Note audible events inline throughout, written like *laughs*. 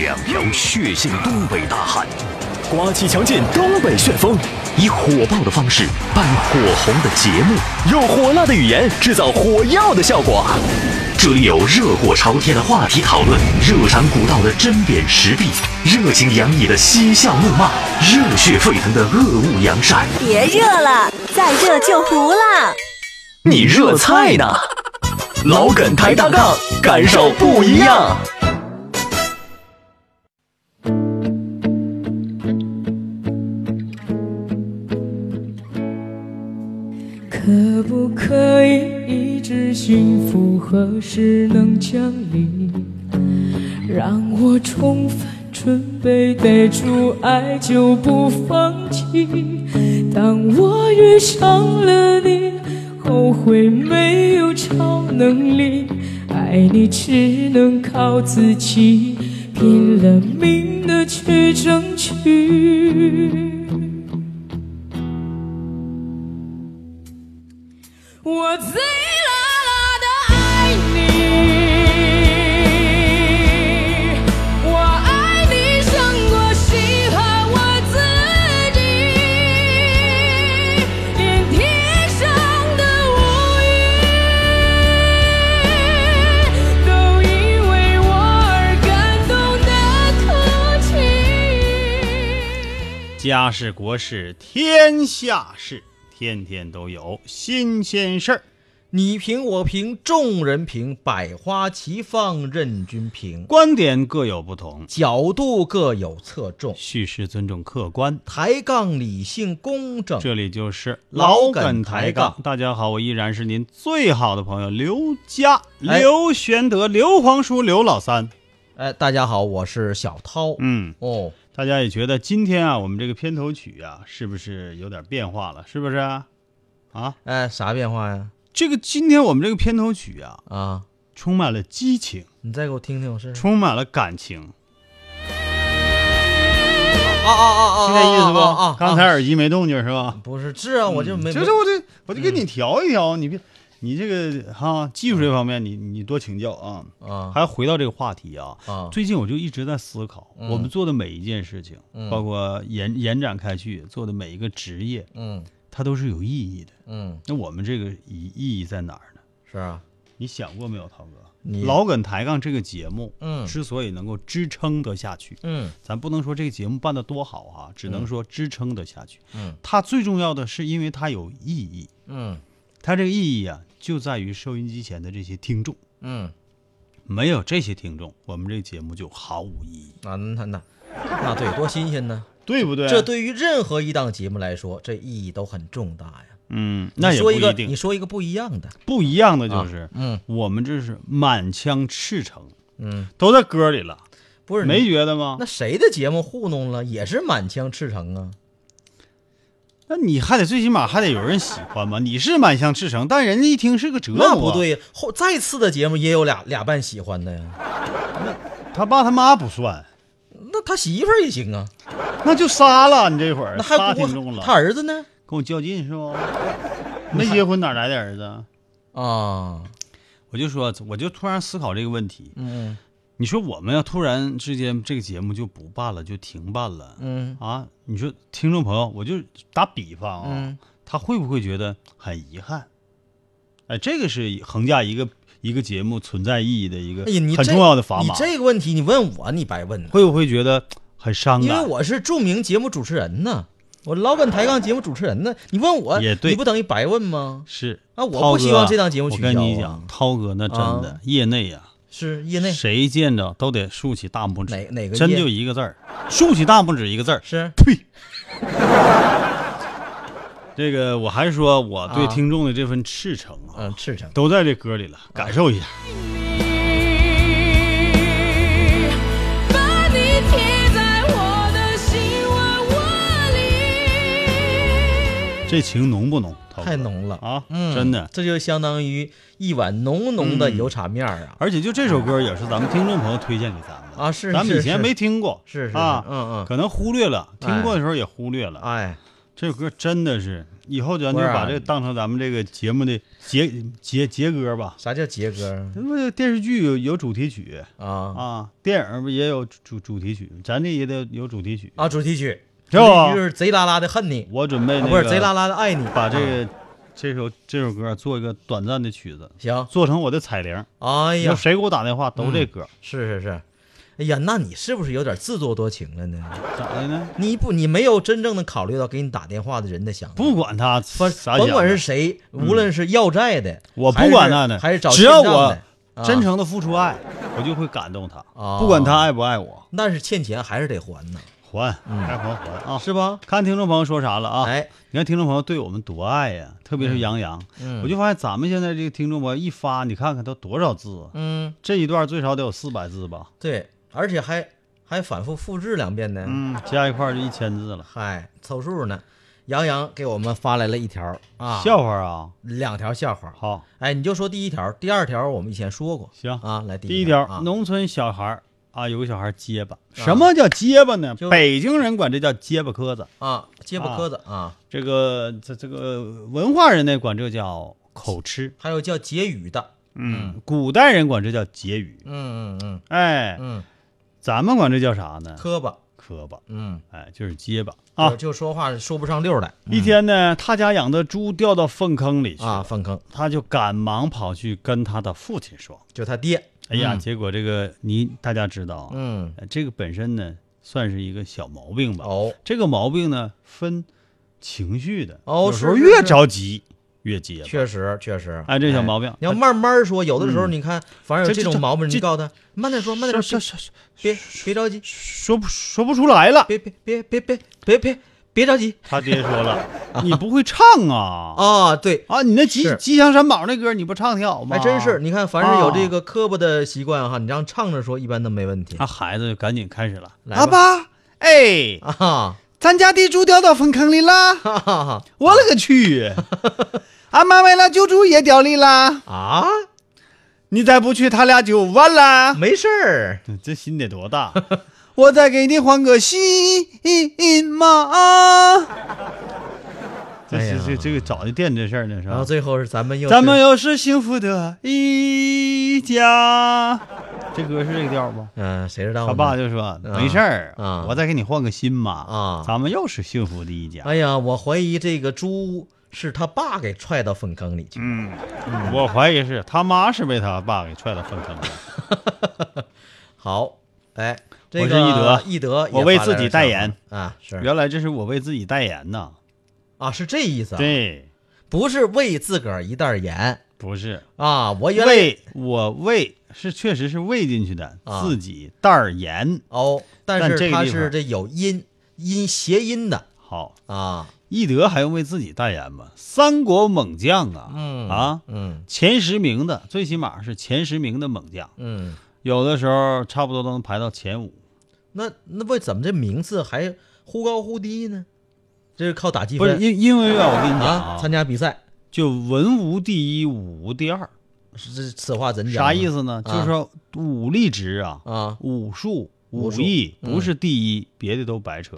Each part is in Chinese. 两条血性东北大汉，刮起强劲东北旋风，以火爆的方式办火红的节目。用火辣的语言制造火药的效果。这里有热火朝天的话题讨论，热肠古道的针砭时弊，热情洋溢的嬉笑怒骂，热血沸腾的恶恶扬善。别热了，再热就糊了。你热菜呢？老梗抬大杠，感受不一样。可不可以一直幸福何时能降临？让我重返准备，逮住爱就不放弃。当我遇上了你，后悔没有超能力，爱你只能靠自己，拼了命的去争取。我醉啦啦的爱你，我爱你胜过喜欢我自己，连天上的乌云都因为我而感动的哭泣。家事国事天下事，天天都有新鲜事儿。你评我评众人评，百花齐放任君评，观点各有不同，角度各有侧重，叙事尊重客观。抬杠理性公正。这里就是老梗梗抬抬杠杠。大家好，我依然是您最好的朋友刘佳、哎刘玄德、刘皇叔、刘老三。哎，大家好，我是小涛。嗯，哦，大家也觉得今天啊，我们这个片头曲啊，是不是有点变化了？是不是啊？啊，哎，啥变化呀？这个今天我们这个片头曲啊，啊，充满了激情，你再给我听听试试。充满了感情。啊啊啊啊！听这意思不？啊啊啊！刚才耳机没动静是吧？不是，是啊，我就 *laughs* 没。就是我得我得给嗯你调一调，你别你这个哈技术这方面你你多请教啊。啊还回到这个话题啊，啊最近我就一直在思考，嗯我们做的每一件事情，嗯包括延延展开去做的每一个职业，嗯它都是有意义的。嗯，那我们这个意意义在哪儿呢？是啊，你想过没有，涛哥？你老梗抬杠这个节目，嗯之所以能够支撑得下去，嗯咱不能说这个节目办得多好啊，只能说支撑得下去。嗯，它最重要的是因为它有意义，嗯它这个意义啊，就在于收音机前的这些听众，嗯，没有这些听众，我们这个节目就毫无意义，那那那那对，多新鲜呢！对不对？这，对于任何一档节目来说，这意义都很重大呀。嗯，那你也不说一个，一你定，说一个不一样的，不一样的就是，嗯我们这是满腔赤诚，嗯，都在歌里了，不是没你觉得吗？那谁的节目糊弄了，也是满腔赤诚啊。那你还得最起码还得有人喜欢吧？你是满腔赤诚，但人家一听是个折磨，那不，对呀，后再次的节目也有俩俩半喜欢的呀，他爸他妈不算，那他媳妇儿也行啊，那就杀了你这会儿那杀还不哎听众了，他儿子呢？跟我较劲是不？没结婚哪来的儿 *laughs* 子？啊，我就说，我就突然思考这个问题。嗯你说我们要突然之间这个节目就不办了，就停办了，嗯啊？你说听众朋友，我就打比方啊，嗯他会不会觉得很遗憾？哎，这个是横架一个一个节目存在意义的一个哎呀，你很这重要的砝你码，这个问题你问我，你白问了，会不会觉得很伤因为感？我是著名节目主持人呢，我老本抬杠节目主持人呢，你问我也对你不等于白问吗？是啊我不涛哥希望这档节目取消啊我跟你讲，涛哥那真的、啊业内啊，是业内谁见着都得竖起大拇指。哪哪个真业就一个字儿，竖起大拇指一个字儿。是呸！ *laughs* 这个我还是说我对啊听众的这份赤诚啊，嗯赤诚，都在这歌里了，感受一下。你把你贴在我的心窝窝里。这情浓不浓？涛哥太浓了啊！嗯，真的。这就相当于一碗浓浓的油茶面儿啊。而且就这首歌也是咱们听众朋友推荐给咱们的啊是咱们以是前是没听过，是是是啊，嗯嗯可能忽略了，听过的时候也忽略了。哎，这首歌真的是，以后咱就啊把这个当成咱们这个节目的节节节歌吧。啥叫杰哥这不电视剧有有主题曲啊？啊，电影不也有主主题曲，咱这也得有主题曲。啊，主题曲，是主题吧曲就是贼拉拉的恨你，我准备啊那不个是贼拉拉的爱你，啊把这个这首这首歌做一个短暂的曲子，行，做成我的彩铃。要哎呀，嗯谁给我打电话都这歌，是是是，哎呀，那你是不是有点自作多情了呢？咋的呢？你不，你没有真正的考虑到给你打电话的人的想法。不管他甭啥甭想管法嗯是谁，无论是要债的，我还不是管他呢，还是找只要欠账我的真，啊诚的付出爱，我就会感动他。啊不管他爱不爱我，那是欠钱还是得还呢，还该还还啊！是吧？看听众朋友说啥了啊？嗯哎，你看听众朋友对我们多爱呀，特别是杨洋，嗯我就发现咱们现在这个听众朋友一发，你看看都多少字啊，嗯，这一段最少得有四百字吧？对，而且还还反复复制两遍呢，嗯，加一块儿就一千字了，嗨，凑数呢。杨洋给我们发来了一条啊，笑话啊！两条笑话。好，哎，你就说第一条，第二条我们以前说过。行啊，来第一一条，啊农村小孩儿啊，有个小孩儿结巴，什么叫结巴呢就？北京人管这叫结巴磕子。啊，结巴磕子啊，这个这这个文化人呢管这叫口吃，还有叫结语的，嗯，古代人管这叫结语，嗯嗯嗯哎，嗯，咱们管这叫啥呢？磕巴，磕巴，嗯哎，就是结巴啊就。就说话说不上溜来一天呢，他家养的猪掉到粪坑里去啊，了，粪坑他就赶忙跑去跟他的父亲说就他爹。：“哎呀，嗯结果这个你大家知道啊，嗯，呃这个本身呢算是一个小毛病吧。哦，这个毛病呢分情绪的，哦有时候是是越是着急越结巴。确实确实，哎这小毛病嗯你要慢慢说。有的时候你看，反正有这这这种毛病，这你告诉他慢点说，慢点说说，说说别别着急，说不说不出来 *laughs* 了。”别别别别别别别别着急他爹说 *laughs* 了：“你不会唱啊啊！对，啊！你那吉是吉祥三宝那歌你不唱挺好吗？”还真是。你看，凡是有这个磕巴的习惯哈，你让唱着说，一般都没问题那孩子就赶紧开始了。来吧阿爸，哎，啊哈咱家的猪掉到粪坑里啦！哈哈我勒个 *laughs* 去！俺妈为了救猪也掉里啦！啊！你再不去，他俩就完啦！没事儿，这心得多大！ *laughs* 我再给你换个新妈。这哎呀 *laughs* 这这这个早就惦记这事儿呢，是然吧后？最后是咱们又咱们是又是幸福的一家。这歌是这个调吗？嗯嗯，谁知道他呢爸就说：“没事儿啊，我再给你换个新妈啊咱们又是幸福的一家。哎呀，我怀疑这个猪是他爸给踹到粪坑里去。我怀疑是他妈是被他爸给踹到粪坑里。好，哎，这我个是易德易德也我为发来了自己笑代话言啊，是原来 *laughs* 这是我为自己代言呐。啊，是这意思啊，对，不是为自个儿一袋儿盐不是啊。我原来喂，我喂是确实是喂进去的，啊自己袋儿盐。哦，但但这是个它地方是这有音音谐音的好，啊，易德还用为自己代言吗？三国猛将啊，嗯啊，嗯前十名的，最起码是前十名的猛将，嗯，有的时候差不多都能排到前五。那那为怎么这名次还忽高忽低呢？这是靠打积不是分因因为啊，我跟你讲啊，参加比赛就文无第一，武无第二，是这此话怎讲？啥意？思呢？就是说武力值啊，啊，武术、武武术艺不是第一，别的都白扯，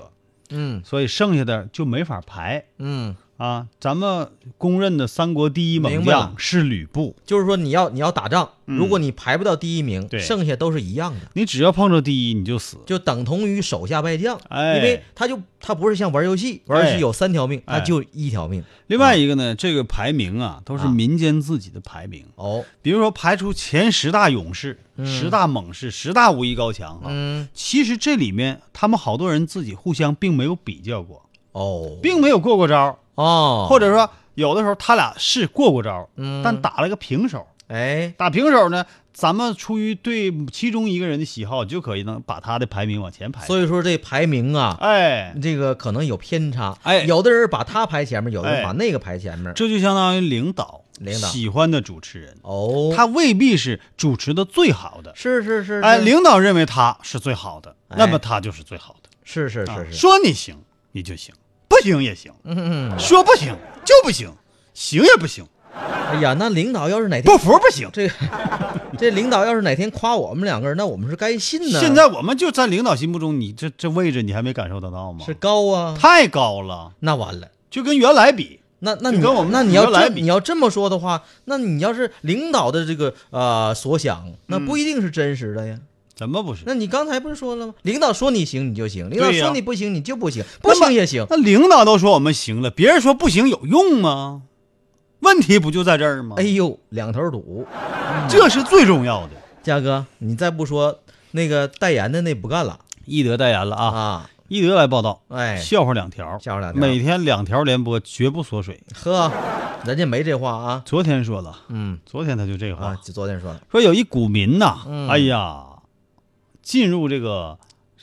嗯所以剩下的就没法排嗯，啊。咱们公认的三国第一猛明白了将是吕布，就是说你要你要打仗，如果你排不到第一名嗯对，剩下都是一样的。你只要碰着第一你就死。就等同于手下败将，哎因为他就他不是像玩游戏，玩游哎戏有三条命，哎他就一条命。另外一个呢，这个排名啊都是啊民间自己的排名。哦，比如说排除前十大勇士、十大猛士、十大武艺高强啊，嗯，其实这里面他们好多人自己互相并没有比较过，哦，并没有过过招，哦，或者者说有的时候他俩是过过招，嗯但打了个平手。哎，打平手呢，咱们出于对其中一个人的喜好，就可以能把他的排名往前排。所以说这排名啊，哎，这个可能有偏差。哎有的人把他排前面，有的哎人把那个排前面。这就相当于领导领导喜欢的主持人，哦，他未必是主持的最好的。是是是，哎，是领导认为他是最好的，哎那么他就是最好的。是是是是，啊说你行你就行，不行也行，嗯，说不行就不行，行也不行，哎呀，那领导要是哪天不服不行。 *laughs* 这个这领导要是哪天夸我们两个人，那我们是该信呢？现在我们就在领导心目中，你这这位置你还没感受得到吗？是高啊，太高了，那完了。就跟原来比，那那就你跟我们那你要原来这比你要这么说的话，那你要是领导的这个呃所想，那嗯不一定是真实的呀。怎么不是？那你刚才不是说了吗？领导说你行你就行，领导对呀说你不行你就不行，那不么行也行。那领导都说我们行了，别人说不行有用吗？问题不就在这儿吗？哎，呦，两头堵，这是最重要的。嘉哥，你再不说那个代言的那不干了一德代言了啊！啊！一德来报道，哎，笑话两条，笑话两条每天两条连播，绝不缩水。呵，人家没这话啊。昨天说了，嗯昨天他就这啊话，，就昨天说的，说有一股民呐，嗯哎呀，进入这个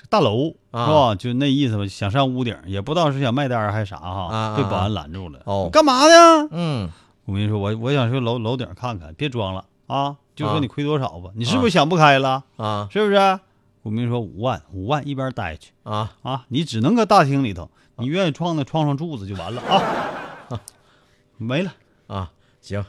大楼、啊是吧？就那意思吧，想上屋顶，也不知道是想卖单儿还是啥哈，啊被啊保安拦住了。哦干嘛呢？嗯，股民说，我我想去楼楼顶看看，别装了啊，就啊说你亏多少吧，你是啊不是想不开了？啊是不是？股民说五万，五万一边待去啊，啊！你只能搁大厅里头，你愿意撞的撞上柱子就完了啊！ *laughs* 没了，啊，行。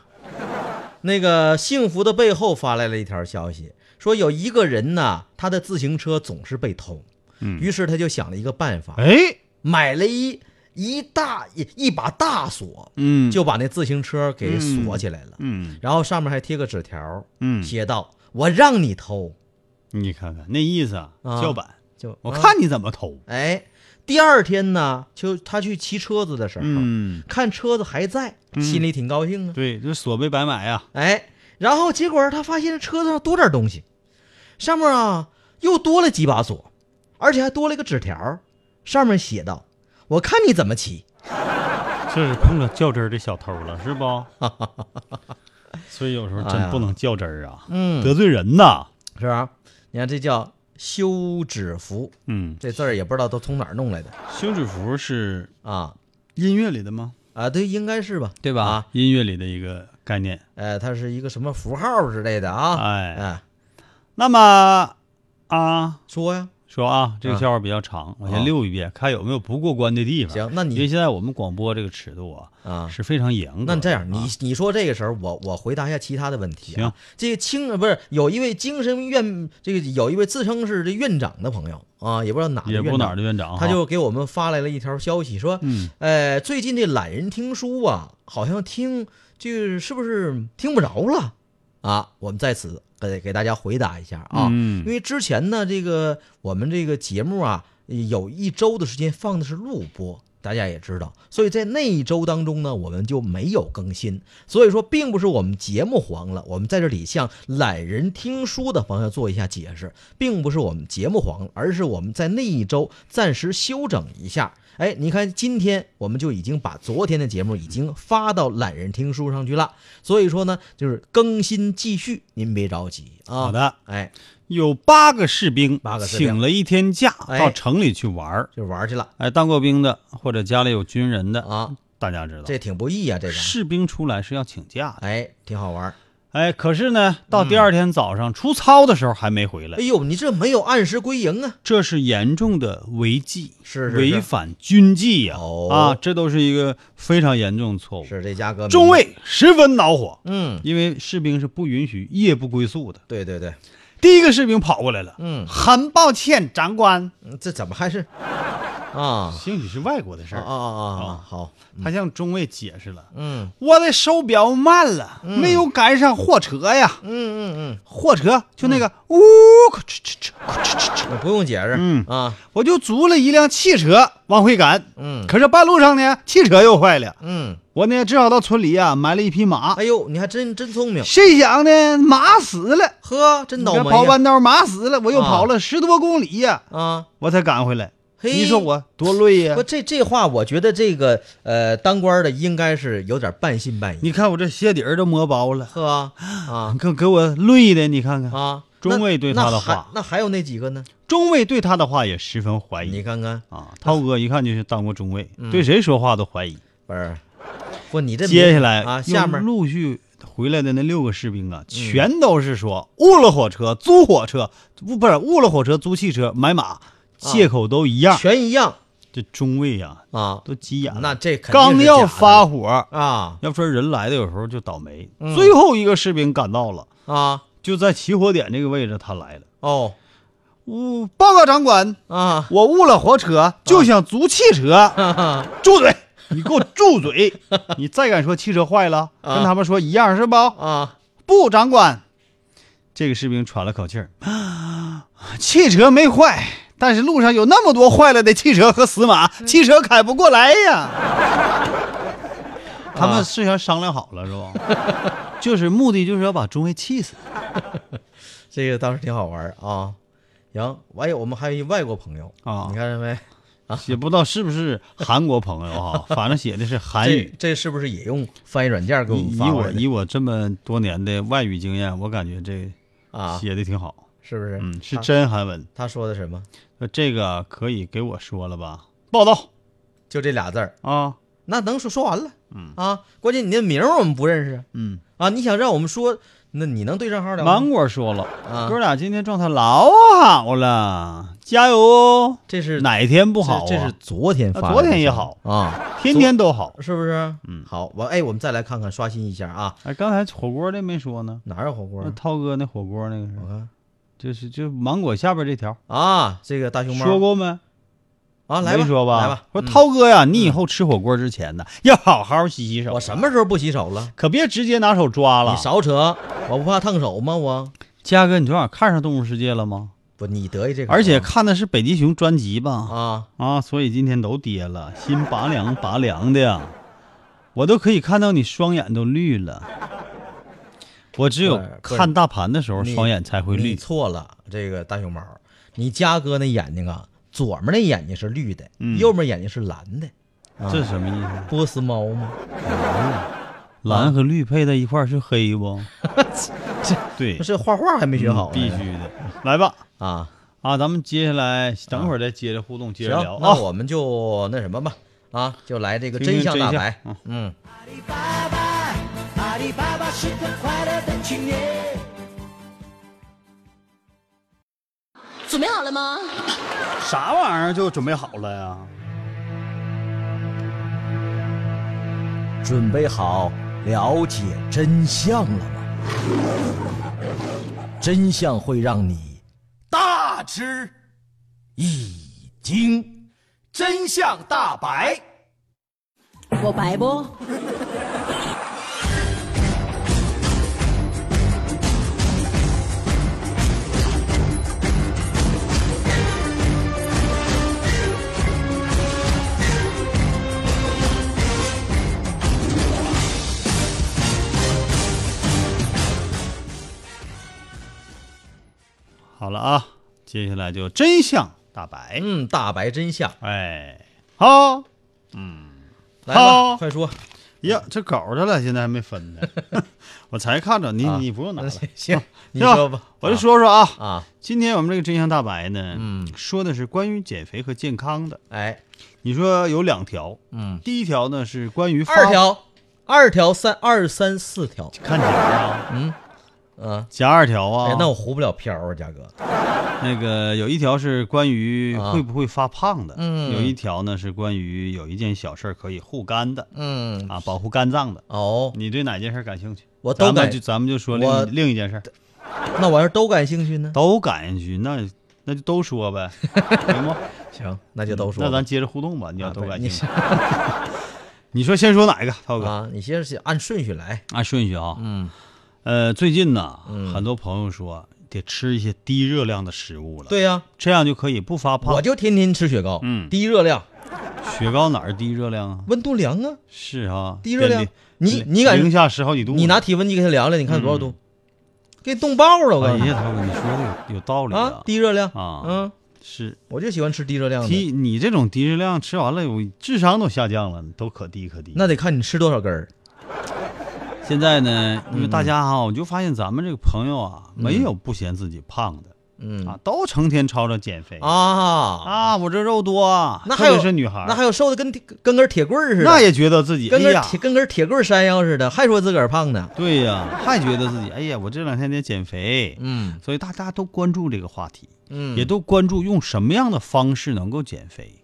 那个幸福的背后发来了一条消息，说有一个人呐，他的自行车总是被偷，嗯于是他就想了一个办法，哎，买了一一大一一把大锁，嗯，就把那自行车给锁起来了，嗯然后上面还贴个纸条，嗯，写道：“我让你偷。你看看那意思啊，啊叫板，就”我啊看你怎么偷。哎，第二天呢，就他去骑车子的时候，嗯，看车子还在，心里挺高兴啊。对，这锁被白买啊呀，哎，然后结果他发现车子上多点东西，上面啊又多了几把锁，而且还多了一个纸条，上面写道：“我看你怎么骑。这是碰着较真儿的小偷了，是不？ *laughs* 所以有时候哎呀真不能较真儿啊”，嗯，得罪人呐。是吧？你看这叫休止符，嗯，这字儿也不知道都从哪儿弄来的休止符是啊音乐里的吗？啊，对，应该是吧？对吧？啊音乐里的一个概念。呃，它是一个什么符号之类的啊？哎哎，那么啊，说呀，说啊，这个笑话比较长，我嗯啊先溜一遍，看有没有不过关的地方。行那你因为现在我们广播这个尺度啊，啊，是非常严格的。那你这样，你啊你说这个时候，我我回答一下其他的问题、啊。行，这个清不是有一位精神院，这个有一位自称是这院长的朋友啊，也不知道哪的也院不长，哪儿的院长哈，他就给我们发来了一条消息，说，嗯，呃，最近这懒人听书啊，好像听就是是不是听不着了啊？我们在此给给大家回答一下啊，嗯因为之前呢，这个我们这个节目啊，有一周的时间放的是录播。大家也知道，所以在那一周当中呢，我们就没有更新。所以说，并不是我们节目黄了，我们在这里向懒人听书的朋友做一下解释，并不是我们节目黄了，而是我们在那一周暂时休整一下。哎，你看，今天我们就已经把昨天的节目已经发到懒人听书上去了，所以说呢，就是更新继续，您别着急啊。好，的，哎，有八个士兵，八个士兵请了一天假哎到城里去玩儿。就玩去了哎，当过兵的或者家里有军人的，啊，大家知道，这挺不易啊，这个，士兵出来是要请假的。哎，挺好玩。哎，可是呢，到第二天早上出操的时候还没回来嗯哎，呦，你这没有按时归营啊？这是严重的违纪，是是是违反军纪呀、哦啊，这都是一个非常严重的错误。是这家哥们哦中，尉十分恼火，嗯，因为士兵是不允许夜不归宿的。对对对，第一个士兵跑过来了，嗯很抱歉，长官，嗯这怎么还是啊兴许是外国的事啊啊儿，啊啊？好，他向中尉解释了，嗯我的手表慢了，没有赶上货车呀，嗯嗯货车就那个呜，咔哧哧哧咔哧哧哧嗯，不用解释，嗯啊，我就租了一辆汽车往回赶，嗯可是半路上呢，汽车又坏了。嗯，我呢，只好到村里啊买了一匹马。哎呦，你还真真聪明，谁想呢，马死了，呵，真倒你看霉跑呀弯道马死了，我又啊跑了十多公里呀、啊！我才赶回来。嘿你说我多累呀、不，这这话我觉得这个呃，当官的应该是有点半信半疑，你看我这鞋底儿都磨薄了，呵啊啊你看给我累的，你看看。啊！ *laughs* 中那尉对那他的还话那还有那几个呢？中尉对他的话也十分怀你疑看看，啊。涛哥一看就是当过中尉，对谁说话都怀疑。不是，不，你这接下来啊，下面又嗯陆续回来的那六个士兵啊，全都是说误了火车、啊租火车，不不是误了火车、租汽车、买马，借口都一样。全一样，这中尉呀、啊，都急眼了，那这肯定刚是假要的发火，啊要不说人来的有时候就倒霉。嗯最后一个士兵赶到了，啊就在起火点这个位置，他来了。哦我、报告长官，啊我误了火车，就想租汽车。 *laughs* 哈哈住嘴！你给我住嘴！ *laughs* 你再敢说汽车坏了，啊跟他们说一样是不？啊不，长官。这个士兵喘了口气儿，啊汽车没坏，但是路上有那么多坏了的汽车和死马，汽车开不过来呀。啊他们事先商量好了是吧？ *laughs* 就是目的就是要把中尉气死。这个倒是挺好玩儿啊。行，哎，我们还有一外国朋友啊你看见没？也不知道是不是韩国朋友 *laughs* 哈，反正写的是韩这语。这是不是也用翻译软件给我们以以发过我来的以我这么多年的外语经验，我感觉这啊？写的挺好。是不是？啊嗯，是他真韩文。他说的什么？那这个可以给我说了吧？报道就这俩字儿，啊，那能说说完了？啊，关键你那名儿我们不认识嗯，啊，你想让我们说，那你能对上号了吗？芒果说了，嗯啊哥俩今天状态老好了，加油哦！这是哪天不好啊？这这是昨天发的，啊昨天也好啊，天天都好。是不是？嗯好，我哎，我们再来看看刷新一下啊，哎，刚才火锅的没说呢，哪有火锅那啊？涛哥那火锅那个我是，看就是就芒果下边这条啊，这个大熊猫说过没？啊，来吧，没说吧？来吧，说嗯涛哥呀，你以后吃火锅之前呢， *laughs* 要好好洗洗手。我什？么时候不洗手了？可别直接拿手抓了你。少扯，我不怕烫手吗？我嘉哥，你昨晚看上《动物世界》了吗？不，你得意这个，嗯而且看的是北极熊专辑吧？啊，啊，所以今天都跌了，心拔凉拔凉的呀，我都可以看到你双眼都绿了。我只有不是不是看大盘的时候，啊你双眼才会你绿。错了，这个大熊猫，你嘉哥那眼睛啊，左面那眼睛是绿的，嗯右面眼睛是蓝的，啊这是什么意思？波斯猫吗？蓝和绿配在一块儿是黑 *laughs* 不？对不，是画画还没学好呢，嗯必须的。来吧，啊。啊，咱们接下来等会儿再接着互动，接行着聊，那啊。我们就那什么吧，啊，就来这个听听真相大真相白嗯，嗯。准备好了吗？啥玩意儿就准备好了呀？准备好了解真相了吗？真相会让你大吃一惊，真相大白。我白不？好了啊，接下来就真相大白。嗯，大白真相，哎，好。来吧，好快说。呀，这狗的了，现在还没分 *laughs* 呢，我才看着你，啊你不用拿了， *laughs* 行，你吧说吧。我就说说啊，啊，今天我们这个真相大白呢，嗯，说的是关于减肥和健康的。哎，你说有两条，嗯，第一条呢是关于发二，条，二条三二三四条，看夹啊，嗯，夹二条啊哎，，那我糊不了飘啊，嘉哥。那个有一条是关于啊会不会发胖的，嗯有一条呢是关于有一件小事儿可以护肝的嗯，啊，保护肝脏的。哦，你对哪件事儿感兴趣？我咱都们感就咱们就说我另另一件事儿，那我要是都感兴趣呢？都感兴趣，那那就都说 *laughs* 呗，行不？行，那就都说嗯吧。那咱接着互动吧，你要啊都对感你兴趣。 *laughs* 你说先说哪一个，涛哥？啊，你先是按顺序来。按顺序啊。嗯，呃，最近呢，嗯很多朋友说得吃一些低热量的食物了，，对呀、这样就可以不发我胖。就天天吃雪糕，嗯低热量，雪糕哪儿低热量啊？温度凉啊，是啊，低热量得。你得你敢零下十好几度呢？你拿体温计给它量量，你看多少度，给冻爆了，我告哎诉你呀，涛哥，你说的有有道理啊，低嗯热量啊嗯，是我就喜欢吃低热量的，低，你这种低热量吃完了，我智商都下降了，都可低可低。那得看你吃多少根儿。现在呢，因为嗯大家哈，我就发现咱们这个朋友啊，没有不嫌自己胖的。嗯啊，都成天吵着减肥啊，啊我这肉多啊，那特还有别是女孩儿，那还有瘦的跟铁跟根铁棍儿似的，那也觉得自己哎跟根呀，铁跟根铁棍儿山腰似的，还说自个儿胖呢。对呀，还觉得自己哎呀，我这两天得减肥，嗯所以大家都关注这个话题，嗯，也都关注用什么样的方式能够减肥。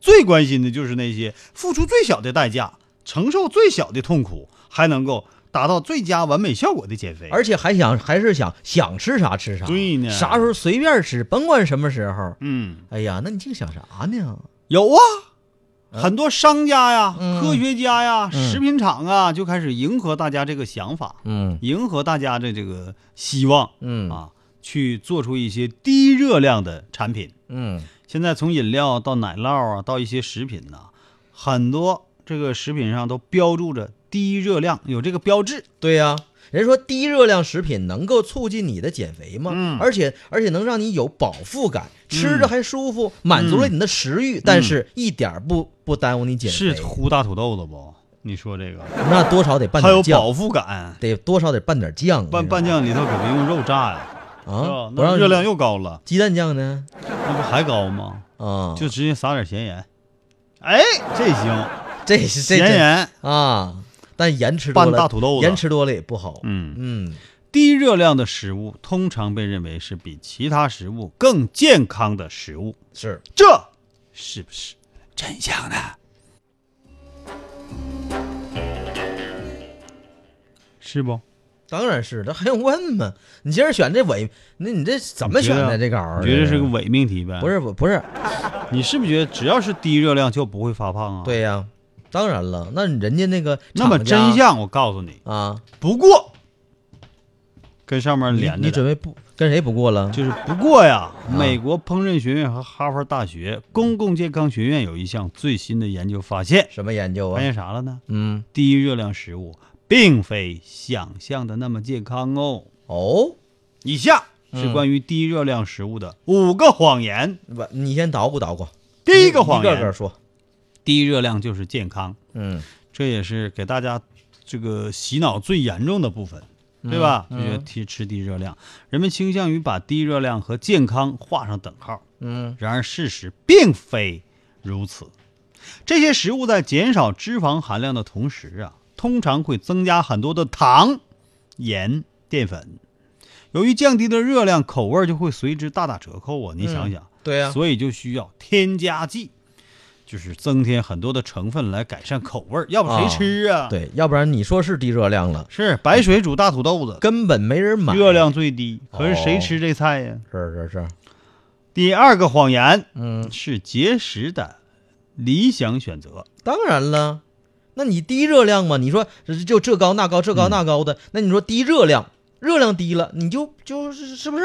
最关心的就是那些付出最小的代价、承受最小的痛苦，还能够达到最佳完美效果的减肥。而且还想还是想想吃啥吃啥，对呢啥时候随便吃，甭管什么时候。嗯，哎呀，那你净想啥呢？有啊，很多商家呀、科学家呀、嗯食品厂啊，就开始迎合大家这个想法，嗯迎合大家的这个希望嗯啊，去做出一些低热量的产品。嗯现在从饮料到奶酪啊，到一些食品呐、很多这个食品上都标注着低热量，有这个标志。对呀、人说低热量食品能够促进你的减肥吗？嗯而且而且能让你有饱腹感，吃着还舒服，嗯满足了你的食欲，但是一点儿不不耽误你减是肥。糊大土豆子不？你说这个，那多少得拌它有点酱，饱腹感，得多少得拌点酱，拌你知道拌吗酱里头可别用肉炸呀，是吧啊？不那让热量又高了，鸡蛋酱呢？那不还高吗？啊，就直接撒点咸盐，哎，这行，这是这咸盐，啊，但盐吃多了，拌大土豆子盐吃多了也不好。嗯。嗯低热量的食物通常被认为是比其他食物更健康的食物，是这是不是真相呢？是不？当然是，那还用问吗？你今儿选这伪，那你这怎么选的你觉得这稿儿？啊你觉得是个伪命题呗？不，是不不是，你是不是觉得只要是低热量就不会发胖啊？，对呀、当然了，那人家那个那么厂家真相我告诉你，啊，不过跟上面你连着你的准备不跟谁不过了？就是不过呀，美国烹饪学院和哈佛大学公共健康学院有一项最新的研究发现，什么研究发啊？现啥了呢？嗯，低热量食物并非想象的那么健康哦。哦，以下是关于低热量食物的五个谎言。不，你先捣鼓捣鼓。第一个谎言，一个个说。低热量就是健康，嗯，这也是给大家这个洗脑最严重的部分，嗯对吧？就觉得吃吃低热量，人们倾向于把低热量和健康画上等号。嗯，然而事实并非如此。这些食物在减少脂肪含量的同时啊，通常会增加很多的糖、盐、淀粉。由于降低的热量，口味就会随之大打折扣啊！你想想，嗯对呀、所以就需要添加剂，就是增添很多的成分来改善口味儿，要不谁啊吃啊？，对，要不然你说是低热量了，是白水煮大土豆子，根本没人买。热量最低，可是谁哦吃这菜呀、是是是，第二个谎言嗯，是节食的理想选择，当然了，那你低热量嘛？你说就这高那高，这嗯高那高的，那你说低热量，热量低了，你就就是是不是？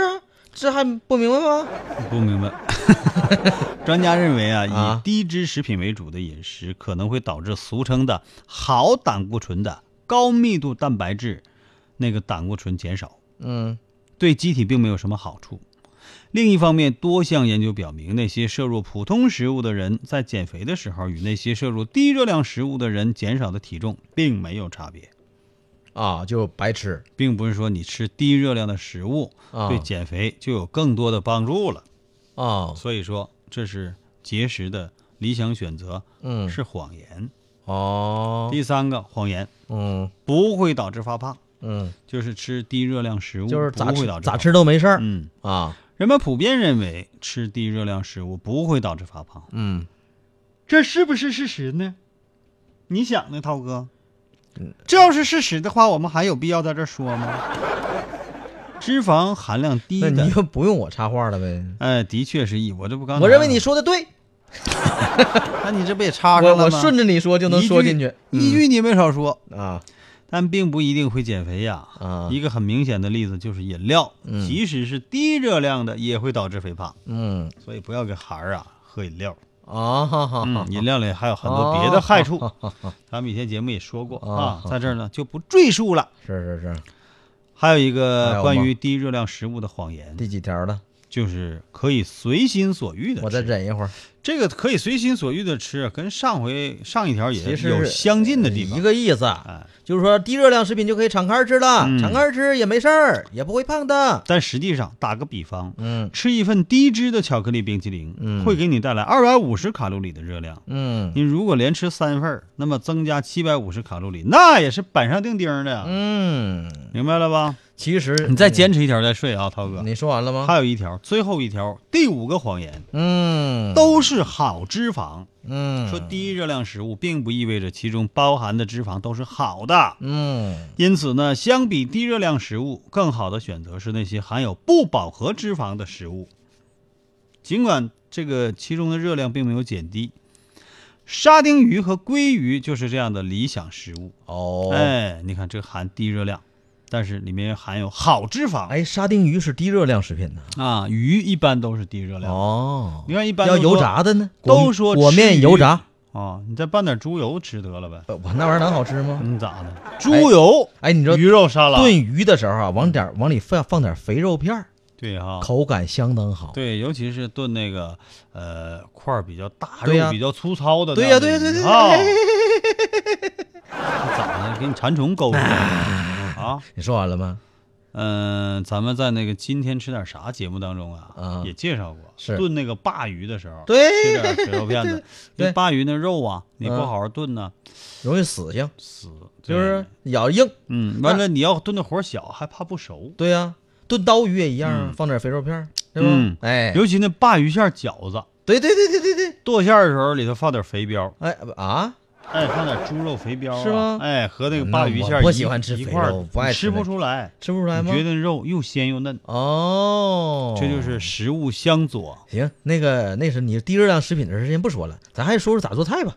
这还不明白吗？不明白。 *laughs* 专家认为啊，啊以低脂食品为主的饮食可能会导致俗称的好胆固醇的高密度蛋白质那个胆固醇减少，嗯对机体并没有什么好处。另一方面，多项研究表明，那些摄入普通食物的人在减肥的时候，与那些摄入低热量食物的人减少的体重并没有差别。啊，就白吃。并不是说你吃低热量的食物、啊对减肥就有更多的帮助了。啊，所以说，这是节食的理想选择，嗯，是谎言。哦，第三个谎言嗯不会导致发胖，嗯，就是吃低热量食物就是咋不会吃导致咋发吃都没事儿胖。嗯，啊，人们普遍认为吃低热量食物不会导致发胖，嗯，这是不是事实呢？你想呢，涛哥？嗯这要是事实的话，我们还有必要在这儿说吗？脂肪含量低那的，你就不用我插话了呗。哎，的确是一，我这不刚才我认为你，说的对，那你这不也插我上了我吗？顺着你说就能说进去嗯一句，一句你没少说，啊但并不一定会减肥呀。啊，一个很明显的例子就是饮料，即使是低热量的也会导致肥胖，嗯所以不要给孩儿啊喝饮料。啊哈哈哈嗯，饮料里还有很多别的害处，啊咱们以前节目也说过啊，在这儿呢就不赘述了。是是是，还有一还个有吗关于低热量食物的谎言，第几条了？就是可以随心所欲的。我再忍一会儿。这个可以随心所欲的吃，啊跟上回上一条也其实有相近的地方一。个意思，就是说低热量食品就可以敞开吃了，哎嗯敞开吃也没事儿，也不会胖的。但实际上，打个比方，嗯吃一份低脂的巧克力冰淇淋，嗯会给你带来二百五十卡路里的热量。嗯你如果连吃三份儿，那么增加七百五十卡路里，那也是板上钉钉的呀，嗯，明白了吧？其实你再坚持一条再睡啊，涛哥。你说完了还吗？有一条，最后一条，第五个谎言嗯，都是好脂肪。嗯说低热量食物并不意味着其中包含的脂肪都是好的，嗯因此呢，相比低热量食物，更好的选择是那些含有不饱和脂肪的食物。尽管这个其中的热量并没有减低，沙丁鱼和鲑鱼就是这样的理想食物。哦，哎，你看这含低热量，但是里面含有好脂肪。哎，沙丁鱼是低热量食品呢。啊，鱼一般都是低热量。哦，你看一般要都说油炸的呢，都裹说裹吃面鱼油炸，啊，你再拌点猪油吃得了呗。呃我那玩意儿能好吃吗？你咋的？猪油、哎，你知道鱼肉沙拉，炖鱼的时候啊，往点儿往里放放点儿肥肉片儿，对哈、口感相当好。啊对，尤其是炖那个呃块儿比较大、对呀肉比较粗糙的对那呀样的对鱼。呀对对对啊，咋的？给你馋虫勾 *laughs* 上了啊？你说完了吗？嗯、咱们在那个今天吃点啥节目当中啊，啊也介绍过，是炖那个鲅鱼的时候，吃对，点肥肉片子，因为对鲅鱼那肉啊，你不嗯好好炖呢、 *laughs* 容易死性，死就是咬硬。嗯，那完了你要炖的火小，还怕不熟。对呀、炖刀鱼也一样，啊，嗯放点肥肉片儿，是吧？嗯哎，尤其那鲅鱼馅儿饺子，对对对对对对，剁馅儿的时候里头放点肥膘，哎啊，哎，放点猪肉肥膘啊、是吗哎，和那个那鲅鱼我馅儿不一喜欢吃一肥块儿肉不爱你吃吃不那出来，吃不出来你吗？觉得肉又鲜又嫩，哦，这就是食物相左。行。那个那是你低热量食品的事儿，先不说了，咱还说说咋做菜吧。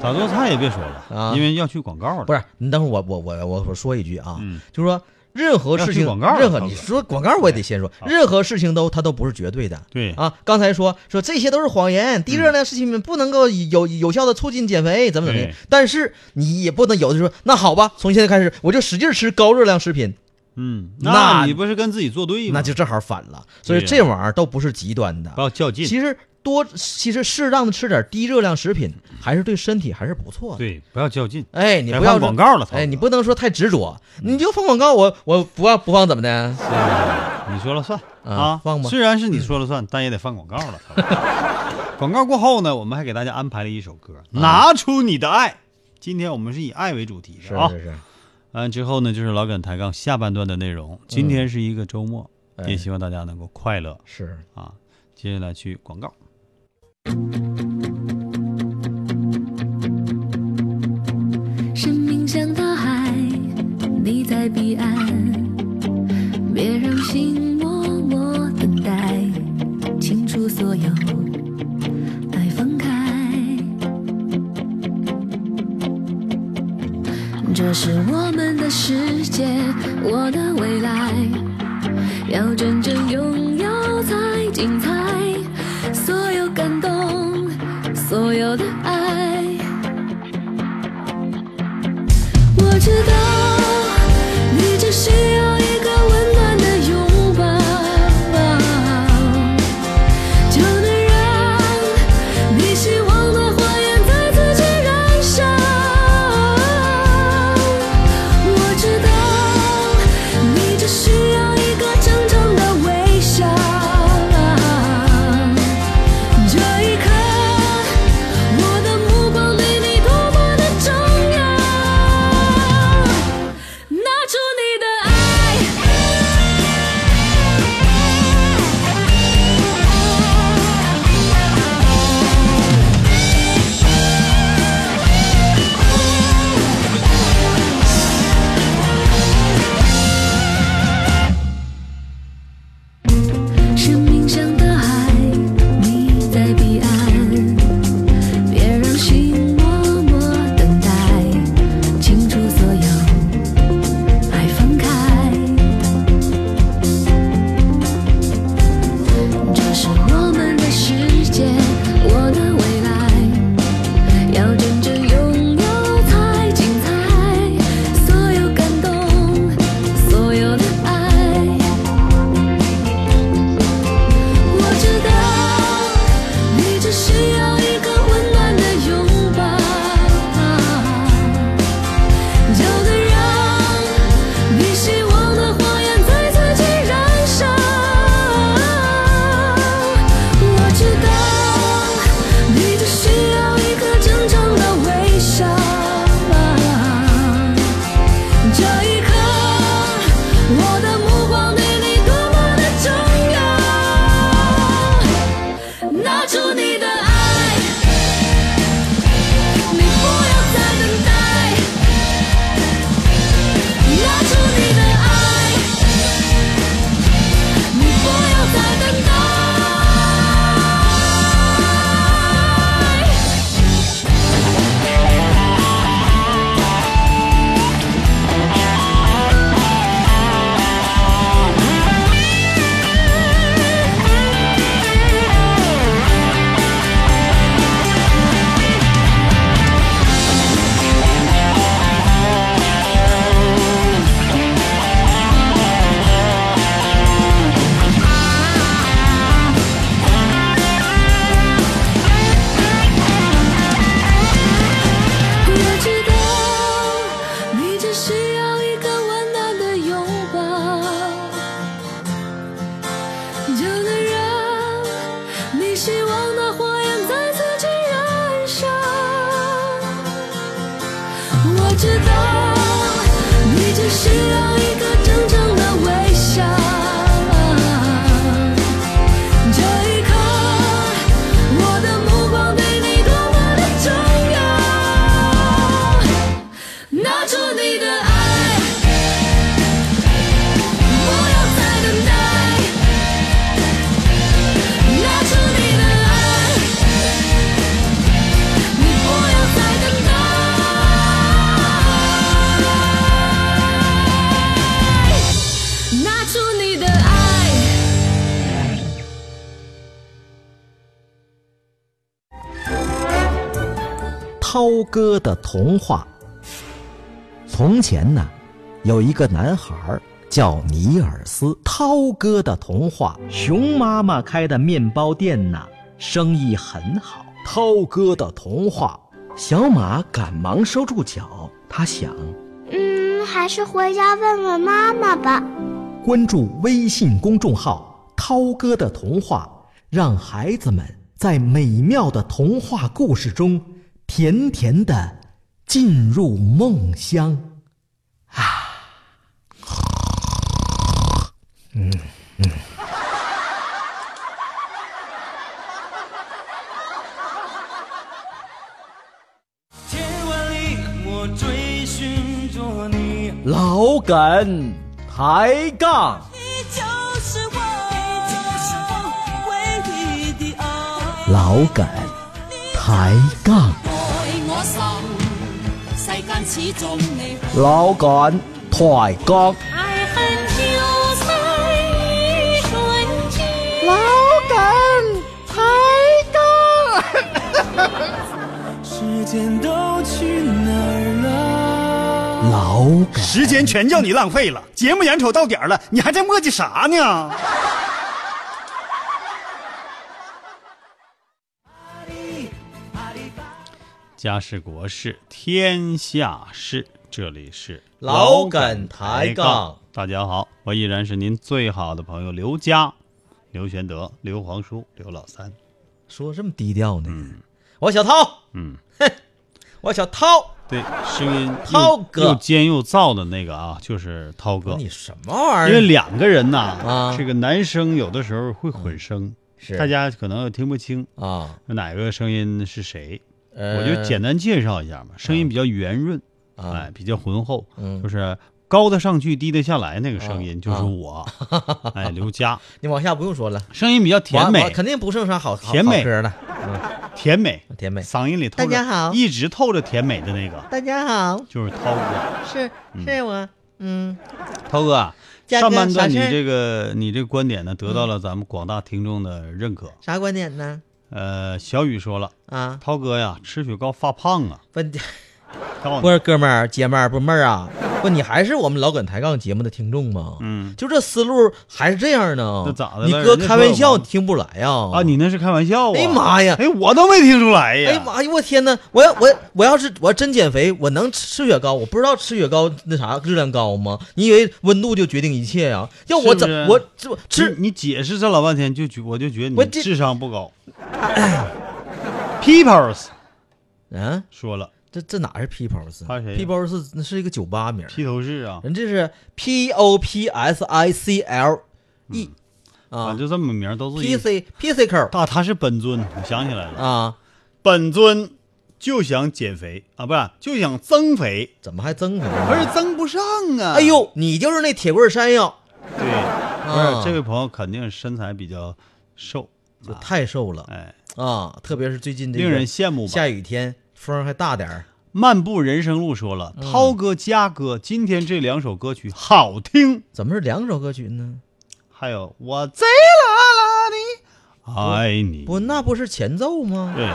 咋做菜也别说了，啊因为要去广告了。不是，是，你等会儿我我我我我说一句啊，嗯就是说任何事要情，去广告了任何涛哥你说广告我也得先说，任何事情都它都不是绝对的。对嗯啊，刚才说说这些都是谎言，低热量食品不能够有有效的促进减肥，怎么怎么样对？但是你也不能有的说，那好吧，从现在开始我就使劲吃高热量食品，嗯，那你不是跟自己作对吗？那就正好反了。所以对呀这玩意儿都不是极端的不。要较劲。其实多，其实适当的吃点低热量食品，还是对身体还是不错的。嗯对，不要较劲。哎，你该不要放说广告了，曹嗯哎，哥你不能说太执着，你就放广告，我我不要不放怎么的？你说了算啊啊，放吧虽然是你说了算，但也得放广告 *laughs* 了。曹哥广告过后呢，我们还给大家安排了一首歌，啊拿出你的爱。今天我们是以爱为主题的啊。是，完之后呢，就是老梗抬杠下半段的内容。今天是一个周末，哎也希望大家能够快乐是，啊。接下来去广告。生命像大海，你在彼岸，别让心默默等待，清除所有，爱放开。这是我们的世界，我的未来，要真正拥有才精彩。所有感动，所有的爱。我知道，你只需要一个温暖的拥抱，就能让你希望的火焰再次去燃烧。我知道，你只需要一个真诚的微笑，这一刻，我的目光对你多么的重要。最希望那火焰再次去燃烧。我知道，你只需要一个真诚的微笑。这一刻，我的目光对你多么的重要。拿出你的爱，不要再等待。拿出你的爱，你不要再等待。拿出你的爱。涛哥的童话。从前呢，有一个男孩儿叫尼尔斯。涛哥的童话，熊妈妈开的面包店呢，生意很好。涛哥的童话，小马赶忙收住脚，他想嗯，还是回家问问妈妈吧。关注微信公众号“涛哥的童话”，让孩子们在美妙的童话故事中，甜甜的进入梦乡。千万里我追寻着你，老梗抬杠，你就是我，唯一的爱。老梗抬杠，爱我心，世间始终你。老梗抬杠，爱恨就在一瞬间。老梗抬杠。时间都去哪儿了？老梗时间全叫你浪费了，节目眼瞅到点儿了，你还在磨叽啥呢？家事国事天下事，这里是老梗抬杠。大家好，我依然是您最好的朋友刘佳、刘玄德、刘皇叔、刘老三。说这么低调呢？我小涛，嗯，我小涛，对，声音又涛哥又尖又燥的那个啊，就是涛哥。你什么玩因意为儿？两个人呐、啊嗯这个男生有的时候会混声，是大家可能听不清啊，哪个声音是谁，呃啊我就简单介绍一下嘛。声音比较圆润，哎，比较浑厚，嗯啊就是高的上去，低的下来，那个声音就是 *laughs* 我，哎，刘佳，你往下不用说了，声音比较甜我我美，肯定不剩啥好好甜美好歌了。甜美，甜美嗓音里透着，大家好一直透着甜美的那个大家好，就是涛哥，是是我，嗯，涛哥啊。佳哥上半段你啥事儿这个你这个观点呢，得到了咱们广大听众的认可。啥观点呢？呃，小雨说了，啊，涛哥呀，吃雪糕发胖啊！不，告诉不你，是哥们儿，姐们儿，不是妹儿啊，不，你还是我们老梗抬杠节目的听众吗？嗯就这思路还是这样呢？那咋的了你哥人家开玩说我笑吗你听不来呀？啊，你那是开玩笑啊！哎呀妈呀哎，我都没听出来呀！哎呀妈！哎呦我天哪！我要我我要是我要真减肥，我能吃雪糕？我不知道吃雪糕那啥热量高吗？你以为温度就决定一切啊？要我怎是我不这我吃你你解释这老半天，就觉我就觉得我你这智商不 *coughs* 高。Peoples 啊？说了，这这哪是 P p o s 他谁呀 P p o s 那是一个酒吧名儿，披头士啊，人这是 P O P S I C L E 反啊正这么名儿都是，P 一。 C P C Q 大，他是本尊，我想起来了，啊，本尊就想减肥啊，不是就想增肥，怎么还增肥可是了？增不上啊！哎，呦，你就是那铁棍山药，对，不啊是这位朋友肯定身材比较瘦，就太瘦了哎，啊！特别是最近这个令人羡慕吧？下雨天，风儿还大点儿。漫步人生路说嗯了，涛哥、佳哥，今天这两首歌曲好听，怎么是两首歌曲呢？还有我贼拉拉你，爱你。不，那不是前奏吗？对，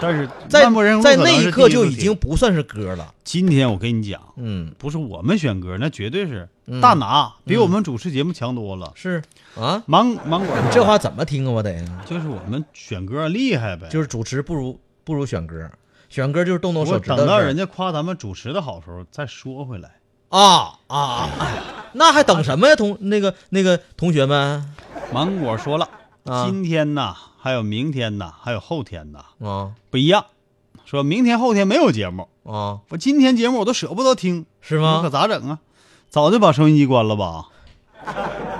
但是在漫步人生路在可那能是一刻第就次已经听。不算是歌了。今天我跟你讲，嗯，不是我们选歌，那绝对是嗯大拿，比我们主持节目强多了。是啊，芒芒果，你这话怎么听啊？我得就是我们选歌厉害呗，就是主持不如不如选歌，选歌就是动动手我指头。等到人家夸咱们主持的好时候再说回来。啊啊，哎那还等什么呀？同那个那个同学们芒果说了，啊今天呐还有明天呐，还有后天呐，啊不一样。说明天后天没有节目，啊，我今天节目我都舍不得听，是吗我可咋整啊？早就把收音机关了吧？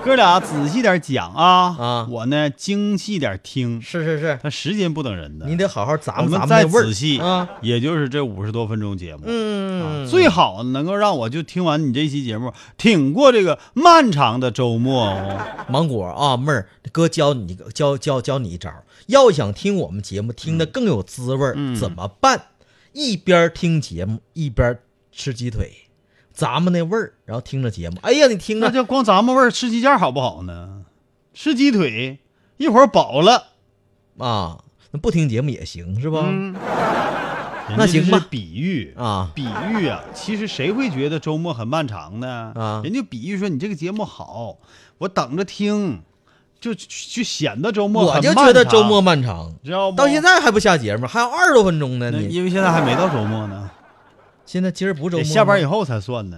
哥俩仔细点讲啊啊我呢精细点听，是是是，但时间不等人的，你得好好我咂摸咂们摸再那味儿仔细啊，也就是这五十多分钟节目，嗯，最好能够让我就听完你这期节目，挺过这个漫长的周末哦。芒果啊，妹儿，哥教你一个教教教你一招儿，要想听我们节目听嗯得更有滋味儿，怎么办？一边听节目一边吃鸡腿，咂摸那味儿，然后听着节目。哎呀，你听 *laughs* 那着，就光咱们味儿吃鸡架好不好呢？吃鸡腿，一会儿饱了，啊，那不听节目也行是吧？人家那行这是吧比喻嗯啊比喻啊，其实谁会觉得周末很漫长呢？啊人家比喻说你这个节目好，我等着听，就就显得周末我很就漫觉得长周末，漫长，知道不？到现在还不下节目，还有二十多分钟呢。那你因为现在还没到周末呢，现在今儿 *laughs* 不是周得末下班以后后才算呢。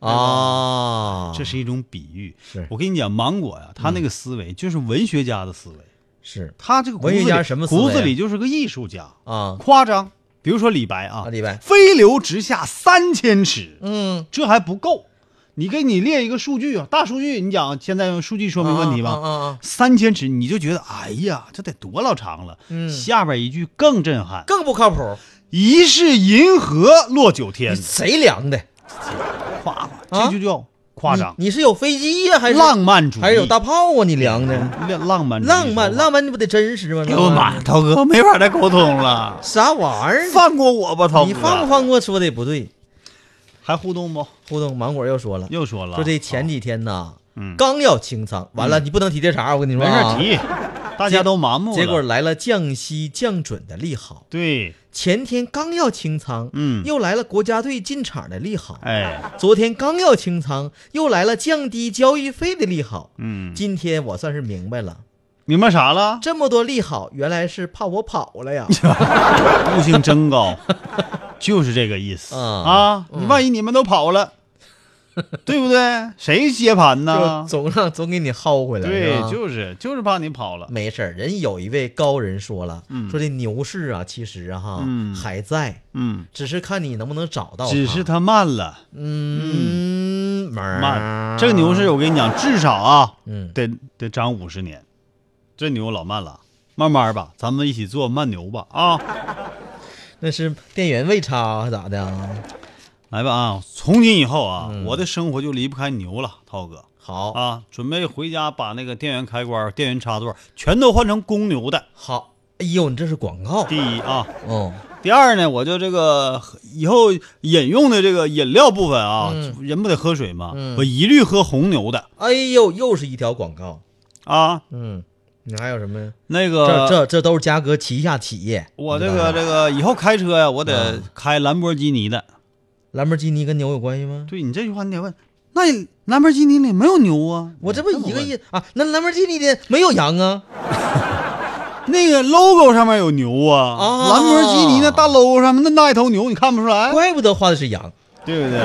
啊，这是一种比喻。是嗯我跟你讲，芒果呀、他那个思维就是文学家的思维，是他这个骨子文学家里什么思维啊骨子里就是个艺术家，啊夸张。比如说李白啊啊，，李白，飞流直下三千尺，嗯，这还不够。你给你列一个数据啊，大数据，你讲现在用数据说明问题吧。啊啊啊啊三千尺，你就觉得哎呀，这得多老长了。嗯下边一句更震撼：更不靠谱，疑是银河落九天你。啊谁量的？夸啊这就叫夸张，你你是有飞机呀、还是浪漫主义，还是有大炮啊？你量的浪浪漫主义浪漫说话浪漫，你不得真实吗？哎呦我的妈呀，涛哥没法再沟通 *laughs* 了，啥玩意儿？放过我吧，涛哥。你放不放过说的也不对。还互动不？互动芒果又说了，又说了，说这前几天呐，嗯刚要清仓，完了你不能提这茬儿，我跟你没说事啊儿，提，大家都麻木了。结果来了降息降准的利好，对，前天刚要清仓，嗯又来了国家队进场的利好，哎，昨天刚要清仓，又来了降低交易费的利好，嗯，今天我算是明白了。明白啥 *laughs* 了？这么多利好，原来是怕我跑 *laughs* 了呀！悟性真高，就是这个意思嗯啊！你万一你们都跑了，对不对？谁接盘就呢？总让总给你薅回来。啊对是，吧就是就是怕你跑了。没事儿。人有一位高人说了，说这牛市啊，其实啊哈、嗯还在，嗯，只是看你能不能找到它。只是他慢了，嗯，慢。慢这个牛市，，我跟你讲，至少啊，嗯，得得涨五十年，这牛老慢了，慢慢吧，咱们一起做慢牛吧啊！那是电源位差还是咋的啊？来吧啊！从今以后啊，我的生活就离不开牛了，涛哥好，啊！准备回家把那个电源开关、电源插座全都换成公牛的。好，哎呦，你这是广告，第一啊，嗯，第二呢，我就这个以后饮用的这个饮料部分啊，人不得喝水吗？嗯我一律喝红牛的哎呦，又是一条广告，啊。嗯，你还有什么呀？那这个，这这都是嘉哥旗下企业，呃我你这知道个吧这个以后开车呀，我嗯得开兰博基尼的。兰博基尼跟牛有关系吗？对你这句话，你得问，那兰博基尼里没有牛啊？我这不一个问意啊？那兰博基尼的没有羊啊？那个 logo 上面有牛啊，啊兰博基尼那大 logo 上面那那一头牛，你看不出来，怪不得画的是羊对不对？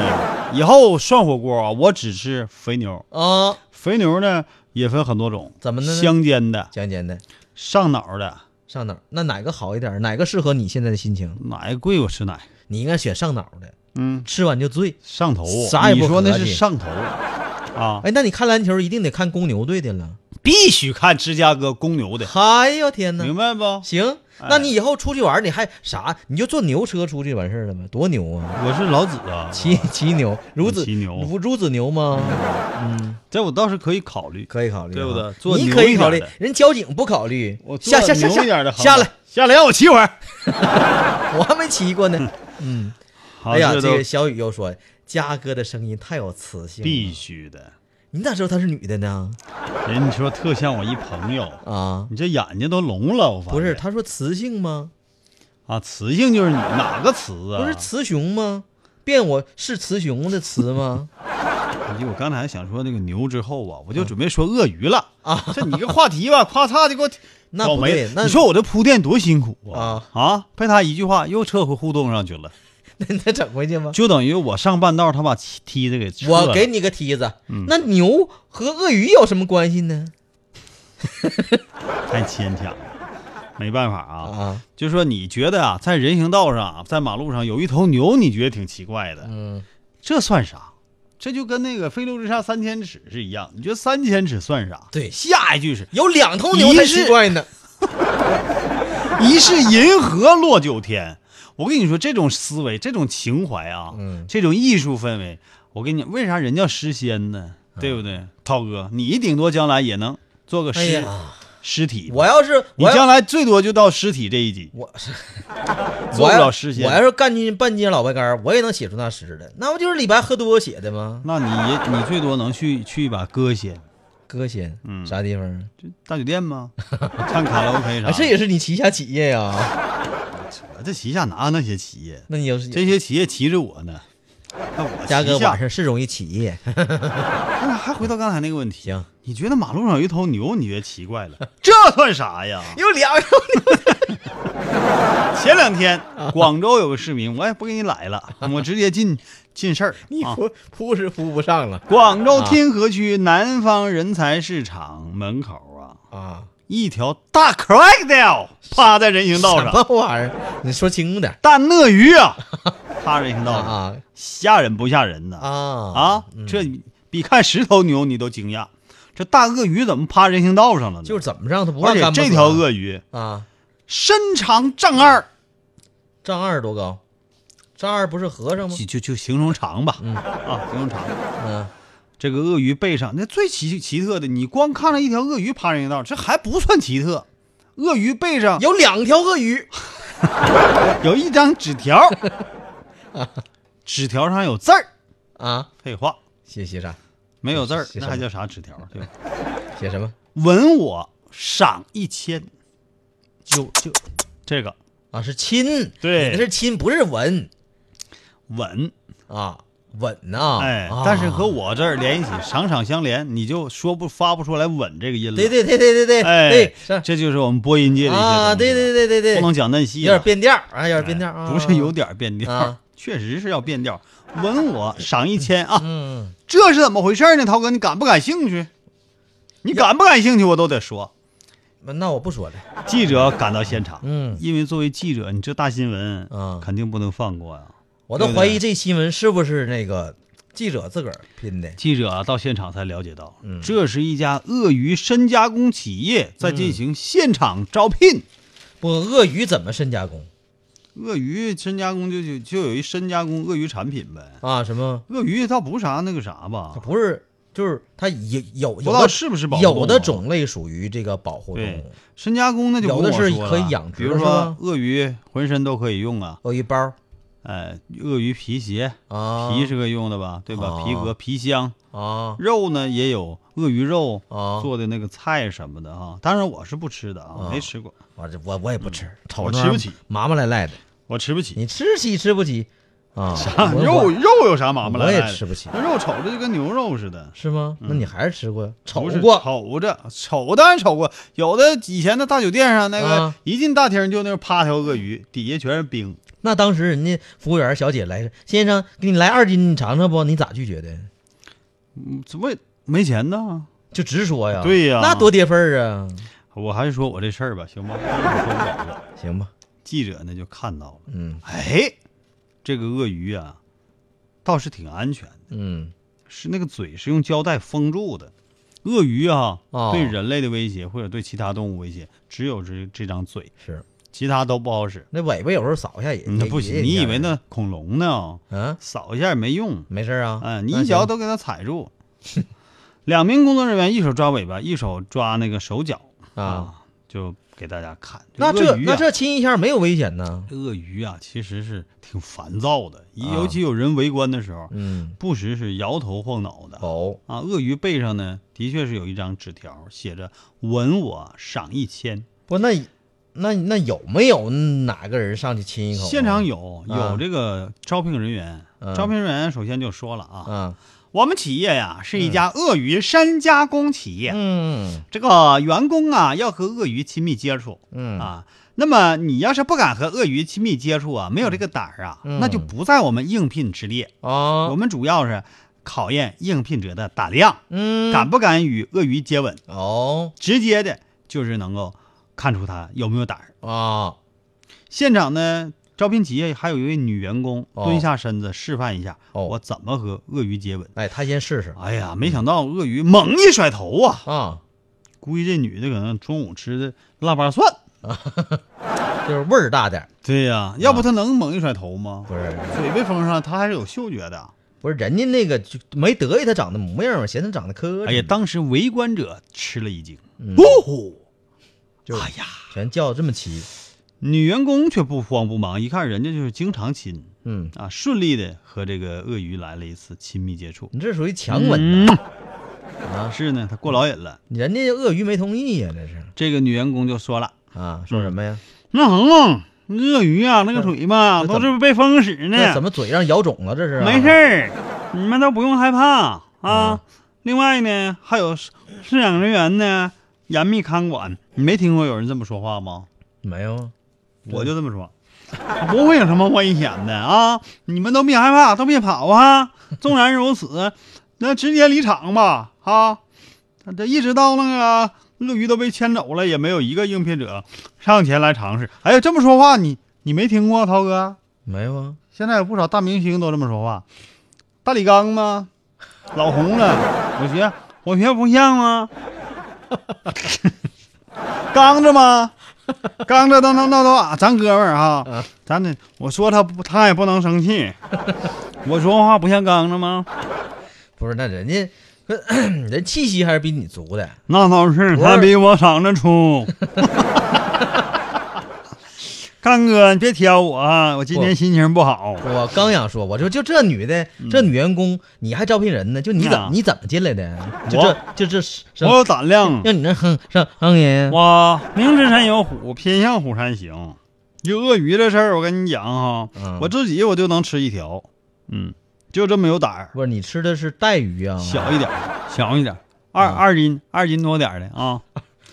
以后涮火锅啊，我只吃肥牛，啊！肥牛呢也分很多种，怎么的呢香煎的、讲简单，上脑的，上脑那哪个好一点？哪个适合你现在的心情？哪个贵我吃哪个。你应该选上脑的，嗯，吃完就醉。上头，啥也不你说那合是计上头啊，哎，那你看篮球一定得看公牛队的了。必须看芝加哥公牛的，哎呦天哪！明白不？行，哎那你以后出去玩，你还啥？你就坐牛车出去完事儿了呗，多牛啊！我是老子啊，骑 *laughs* 骑牛，孺子骑牛孺孺子牛吗？这我倒是可以考虑。可以考虑啊，对不对坐你牛可以一考点虑的，人交警不考虑我。坐下下下牛一点的下航下班来，，下来让我骑会儿。我还没骑过呢。嗯好 *laughs* 哎呀，这这都个小雨又说，嘉哥的声音太有磁性了。必须的。你咋知道她是女的呢？人你说特像我一朋友，啊，你这眼睛都聋了，我发现不是，她说雌性吗？啊，雌性就是你哪个雌啊？不是雌雄吗？变我是雌雄的雌吗？ *laughs* 哎呦，我刚才想说那个牛之后啊，我嗯就准备说鳄鱼了啊。这你个话题吧，咔嚓就给我 *laughs* 那倒不霉对了，那你说我这铺垫多辛苦啊啊！被他一句话又撤回互动上去了，那那整回去吗？就等于我上半道他把梯梯子给撤了嗯我给你个梯子，那牛和鳄鱼有什么关系呢？太牵强了。没办法啊。啊，就说你觉得啊，在人行道上啊，在马路上有一头牛，你觉得挺奇怪的，嗯，这算啥？这就跟那个“飞流直下三千尺”是一样。你觉得三千尺算啥？对下一句是有两头牛才奇怪呢。 *laughs* “疑是银河落九天”。我跟你说，这种思维、这种情怀啊，嗯这种艺术氛围，我跟你讲，为啥人叫诗仙呢？嗯对不对，涛哥？你顶多将来也能做个哎诗、呀，尸体，我要是你我要将来最多就到尸体这一级，我做我不要了诗仙。我要是干进半斤老白干儿，我也能写出那诗来，那不就是李白、喝多写的吗？那你也你最多能去去一把歌仙，歌仙，嗯啥地方？就大酒店吗？唱卡 *laughs* 拉 OK 啥的？啊，这也是你旗下企业呀？这旗下哪有那些企业？那你要是这些企业骑着我呢，那我嘉哥旗下晚上是容易起夜，哎那还回到刚才那个问题，行，你觉得马路上有一头牛，你觉得奇 *laughs* 怪了，这算啥呀？有两头前两天广州有个市民，我也不给你来 *laughs* 了，我直接进进事儿。你啊扑扑是扑不上了广州天河区南方人才市场门口啊，啊！一条大 crocodile 哦趴在人行道什上，么玩意儿？你说清楚点儿大鳄鱼 *laughs* 啊，趴人行道上，啊吓人不吓人呢啊？啊啊！，这比看十头牛你都惊讶，这大鳄鱼怎么趴人行道上了呢？就是怎么让他不而让且干巴这死条啊鳄鱼啊，身长丈二，丈二多高？丈二不是和尚吗就？就就形容长吧，嗯啊，形容长。嗯，这个鳄鱼背上，那最奇奇特的，你光看了一条鳄鱼趴人行道，这还不算奇特。鳄鱼背上有两条鳄鱼有一张纸条， *laughs* 纸条上有字儿。 *laughs* 啊，废话，写写啥？没有字儿，写什那么还叫啥纸条？对吧？写什么？吻我赏一千，就就这个啊，是亲，对你那是亲，不是吻吻，啊，吻呐，哎啊，但是和我这儿连一起，赏赏相连，你就说不发不出来吻这个音了。对对对对对 *laughs* 对，哎对，是这就是我们播音界的一些啊，东西对了对对对对，不能讲嫩戏有了，点变调儿啊，有点变调儿哎 *laughs* 啊，不是有点变调，啊确实是要变调。吻我赏一千啊，嗯，这是怎么回事呢？涛哥，你感不感兴趣？你感不感兴趣？我都得说。那我不说了，记者赶到现场，嗯，因为作为记者，你这大新闻啊肯定不能放过呀、我都对不怀对疑这新闻是不是那个记者自个儿拼的，记者啊到现场才了解到，嗯这是一家鳄鱼深加工企业在进嗯行现场招聘。不，鳄鱼怎么深加工鳄鱼深加工就就就有一深加工鳄鱼产品呗。啊？什么？鳄鱼它不是啥那个啥吧它？不是，就是它有有啊不有知道的是不是保护动有物的啊种类属于这个保护动对物，深加工那就不有的是用我说可以了养殖比如是吧说鳄鱼浑身都可以用啊，鳄鱼包儿呃，鳄鱼皮鞋，啊，皮是可以用的吧，对吧？啊皮革、皮箱，啊肉呢也有鳄鱼肉啊，做的那个菜什么的哈、当然我是不吃的啊，啊没吃过，我这我我也不吃，嗯瞅我着吃不起麻麻赖赖的，我吃不起。你吃起吃不起啊？啊我肉我肉有啥麻麻我赖也赖的？吃不起那肉瞅着就跟牛肉似的。是吗？那你还是吃过呀？瞅嗯不是过瞅着，瞅当然瞅过。有的以前的大酒店上那个，啊一进大厅就那趴条鳄鱼，底下全是冰。那当时人家服务员小姐来，先生给你来二斤，你尝尝不？你咋拒绝的？嗯，怎么没钱呢？就直说呀。对呀那多跌份儿啊！我还是说我这事儿吧，行吗？行吧，记者呢就看到了，嗯哎，这个鳄鱼啊，倒是挺安全的，嗯是那个嘴是用胶带封住的。鳄鱼啊，哦对人类的威胁或者对其他动物威胁，只有这这张嘴，是。其他都不好使。那尾巴有时候扫一下也嗯那不也行，也你以为也那恐龙呢？啊？扫一下也没用，没事儿啊。嗯，你那一脚行都给它踩 *laughs* 住。两名工作人员一手抓尾巴，一手抓那个手脚啊。，就给大家看。那鳄这鱼啊那这亲一下没有危险呢？这鳄鱼啊，其实是挺烦躁的，一啊尤其有人围观的时候，嗯，不时是摇头晃脑的。哦，啊，鳄鱼背上呢，的确是有一张纸条，写着“吻我赏一千不，那那那有没有哪个人上去亲”。一口啊？现场有啊有这个招聘人员，嗯招聘人员首先就说了啊，啊，我们企业呀是一家鳄鱼深加工企业，嗯这个员工啊要和鳄鱼亲密接触嗯啊。那么你要是不敢和鳄鱼亲密接触啊，没有这个胆儿啊，嗯那就不在我们应聘之列。我啊，们主要是考验应聘者的胆量，嗯，敢不敢与鳄鱼接吻，哦，直接的就是能够看出他有没有胆儿。啊，现场呢，招聘企业还有一位女员工哦蹲下身子示范一下，哦我怎么和鳄鱼接吻。哎，他先试试哎呀，没想到鳄鱼猛一甩头啊！啊，估计这女的可能中午吃的腊八蒜。就是味儿大点儿，对呀、要啊不她能猛一甩头吗？不是嘴被封上，她还是有嗅觉的。不是，人家那个就没得意他长得模样儿，嫌他长得磕碜，哎呀，当时围观者吃了一惊，嗯哦吼！就哎呀，全叫这么齐，女员工却不慌不忙，一看人家就是经常亲嗯，啊，顺利的和这个鳄鱼来了一次亲密接触。你这属于强吻嗯呐，啊，是呢，她过老瘾了。人家鳄鱼没同意呀，这是这个女员工就说了啊，说什么呀？：“那什么，鳄鱼啊，那个腿吧，这都怎么是被封死呢，这怎么嘴让咬肿了？这是啊嗯没事儿，你们都不用害怕嗯啊。另外呢，还有饲饲养人员呢，严密看管。你没听过有人这么说话吗？没有啊，我就这么说，不会有什么危险的啊！你们都别害怕，都别跑啊！纵然如此，那直接离场吧啊！这一直到那个鳄鱼都被牵走了，也没有一个应聘者上前来尝试。哎呀，这么说话你你没听过涛哥？没有啊，现在有不少大明星都这么说话，大李刚吗？老红了，我学我学不像吗？ *laughs* 刚子吗？刚子那那那都啊，咱哥们儿哈，咱得我说他不，他也不能生气。我说话不像刚子吗？不是，那人家 *clears throat* 人气息还是比你足的，那倒是，不是他比我嗓子粗。 *laughs* 刚哥，你别挑我啊，我今天不心情不好。我刚想说，我说就这女的，这女员工，你还招聘人呢？就你怎嗯啊么你怎么进来的？就我这就这是是我有胆量。让你那哼上哼人，我明知山有虎，偏向虎山行。就鳄鱼这事儿，我跟你讲哈，嗯我自己我就能吃一条，嗯，就这么有胆儿，不是你吃的是带鱼啊？小一点儿，小一点儿，二嗯二斤，二斤多点儿的啊，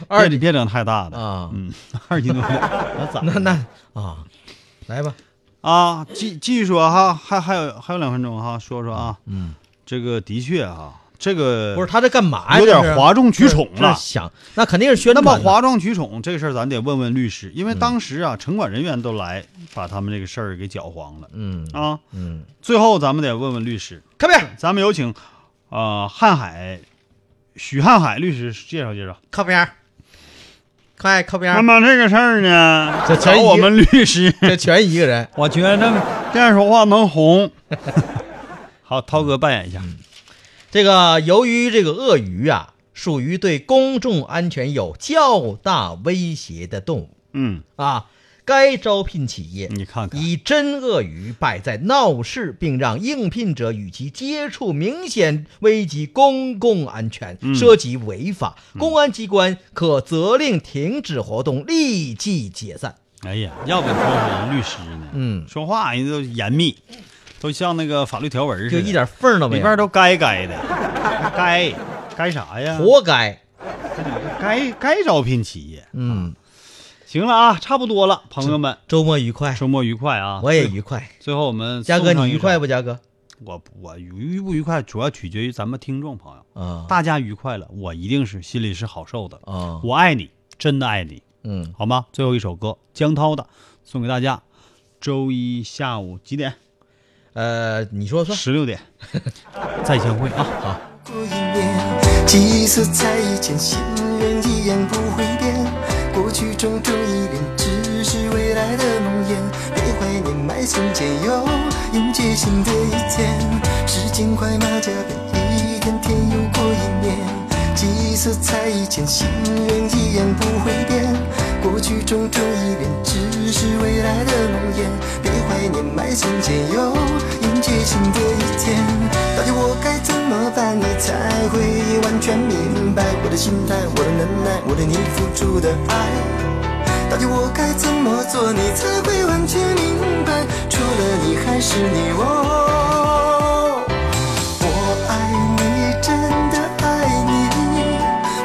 二你别整太大的，啊，嗯， *laughs* 二斤多点儿，那咋那的那啊，来吧，啊？继继续说哈，还还有还有两分钟哈，说说啊，嗯，这个的确哈，这个不是他这干嘛呀？有这是点哗众取宠这了是。想那肯定是宣那传么的嗯哗众取宠这个事儿，咱得问问律师，因为当时啊，城管人员都来把他们这个事儿给搅黄了嗯啊。嗯，最后，咱们得问问律师，看边咱们有请啊瀚海许瀚海律师介绍介绍。靠边儿，快靠边那儿，么这个事儿呢，这找全我一个们律 *laughs* 师，这全一个人。我觉得这样说话能 *laughs* 红。好，涛哥扮演一下。这个由于这个鳄鱼啊，属于对公众安全有较大威胁的动物嗯，啊，该招聘企业你看看，以真鳄鱼摆在闹市，并让应聘者与其接触明显危及公共安全、嗯涉及违法，公安机关可责令停止活动，立即解散。哎呀，要不你说人律师呢？嗯，说话人家都严密，都像那个法律条文似的，就一点缝儿都没里边有，都该该的， *laughs* 该该啥呀？活该。该该招聘企业。嗯，行了啊，差不多了，朋友们，周末愉快，周末愉快啊！我也愉快。最后我们嘉哥，送上你一愉首快？不？嘉哥我我愉不愉快，主要取决于咱们听众朋友，啊大家愉快了，我一定是心里是好受的。啊，我爱你，真的爱你，嗯，好吗？最后一首歌，江涛的，送给大家。周一下午几点？呃，你说算。十六 *laughs* 点，再相会啊！过一年，几次再见，心愿依然不会变。过去种种依恋，只是未来的梦魇。别怀念埋心间又迎接新的一天。时间快马加鞭，一天天又过一年。几次再见，心愿依然不会变。过去种种依恋，只是未来的梦魇。别怀念埋心间又迎接新的一天。到底我该怎么办，你才会完全明白我的心态，我的能耐，我对你付出的爱？到底我该怎么做，你才会完全明白？除了你还是你哦，我爱你，真的爱你，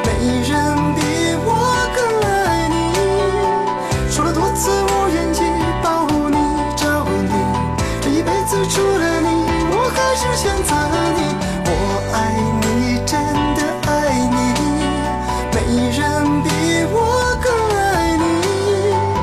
没人比我更爱你。说了多次我愿意保护你、照顾你，这一辈子除了你，我还是选择你。我爱你，真的爱你，没人比我更爱你。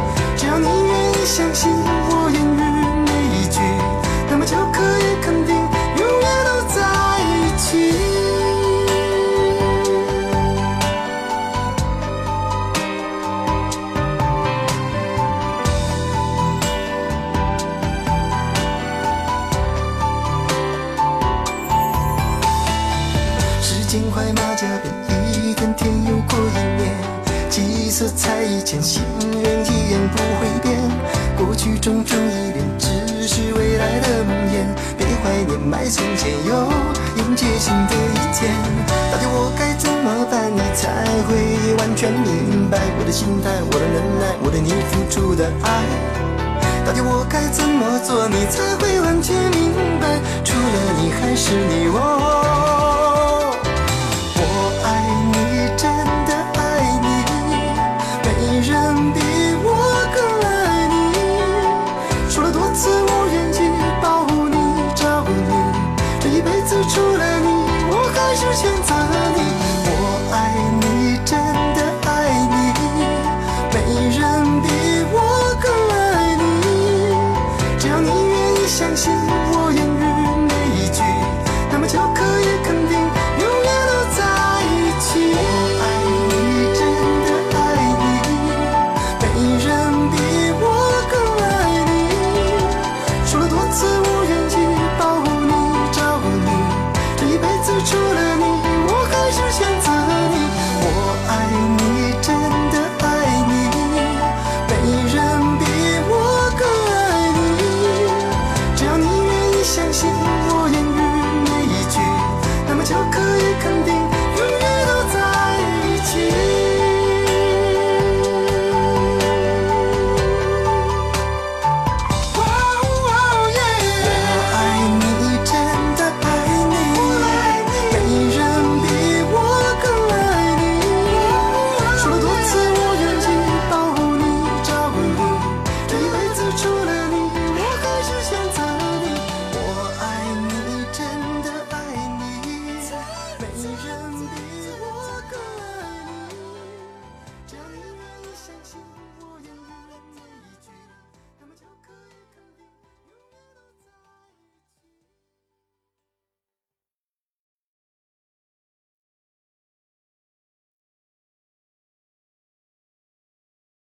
前，心愿一言不会变。过去种种依恋，只是未来的梦魇。别怀念埋从前，又迎接新的一天。到底我该怎么办，你才会完全明白我的心态，我的忍耐，我对你付出的爱？到底我该怎么做，你才会完全明白？除了你还是你，我。哦